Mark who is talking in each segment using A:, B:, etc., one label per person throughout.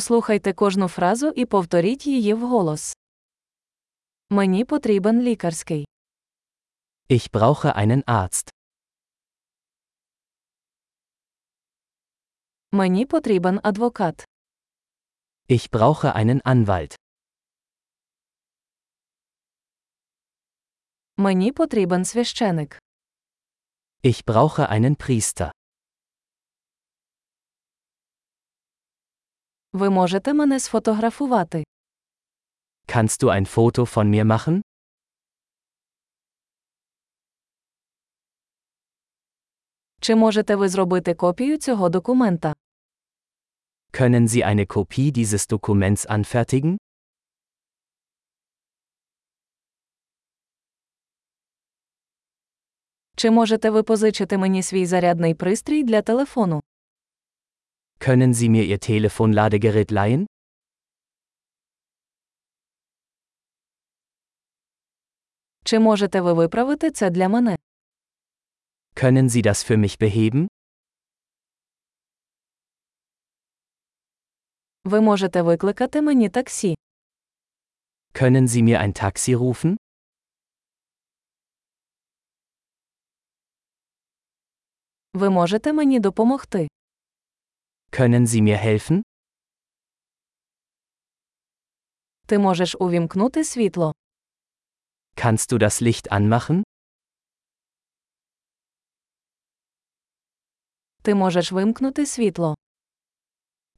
A: Послухайте кожну фразу і повторіть її вголос. Мені потрібен лікарський.
B: Ich brauche einen Arzt.
A: Мені потрібен адвокат.
B: Ich brauche einen Anwalt.
A: Мені потрібен священик.
B: Ich brauche einen Priester.
A: Ви можете мене сфотографувати.
B: Kannst du ein Foto von mir machen?
A: Чи можете ви зробити копію цього документа?
B: Können Sie eine Kopie dieses Dokuments anfertigen?
A: Чи можете ви позичити мені свій зарядний пристрій для телефону?
B: Können Sie mir Ihr Telefonladegerät leihen?
A: Чи можете ви виправити це для мене?
B: Können Sie das für mich beheben?
A: Ви можете викликати мені таксі.
B: Können Sie mir ein Taxi rufen?
A: Ви можете мені допомогти.
B: Können Sie mir helfen?
A: Ти можеш увімкнути світло.
B: Kannst du das Licht anmachen?
A: Ти можеш вимкнути світло.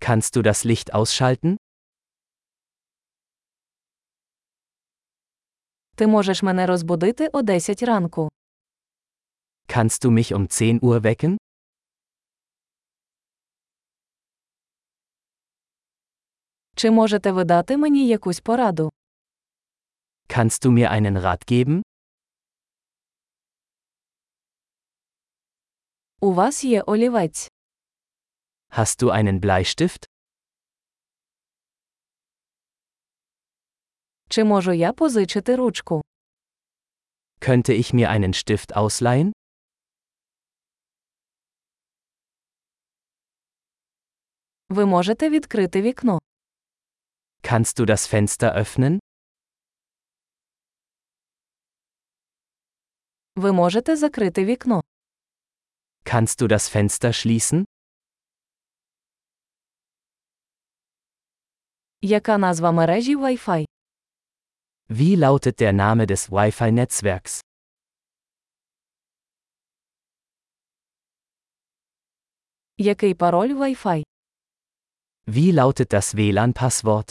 B: Kannst du das Licht ausschalten?
A: Ти можеш мене розбудити о 10 ранку.
B: Kannst du mich um 10 Uhr wecken?
A: Чи можете ви дати мені якусь пораду?
B: Kannst du mir einen Rat geben?
A: У вас є олівець.
B: Hast du einen Bleistift?
A: Чи можу я позичити ручку?
B: Könnte ich mir einen Stift ausleihen?
A: Ви можете відкрити вікно.
B: Kannst du das Fenster öffnen?
A: Ви можете закрити вікно.
B: Kannst du das Fenster schließen?
A: Яка назва мережі Wi-Fi?
B: Wie lautet der Name des Wi-Fi-Netzwerks?
A: Який пароль Wi-Fi?
B: Wie lautet das WLAN-Passwort?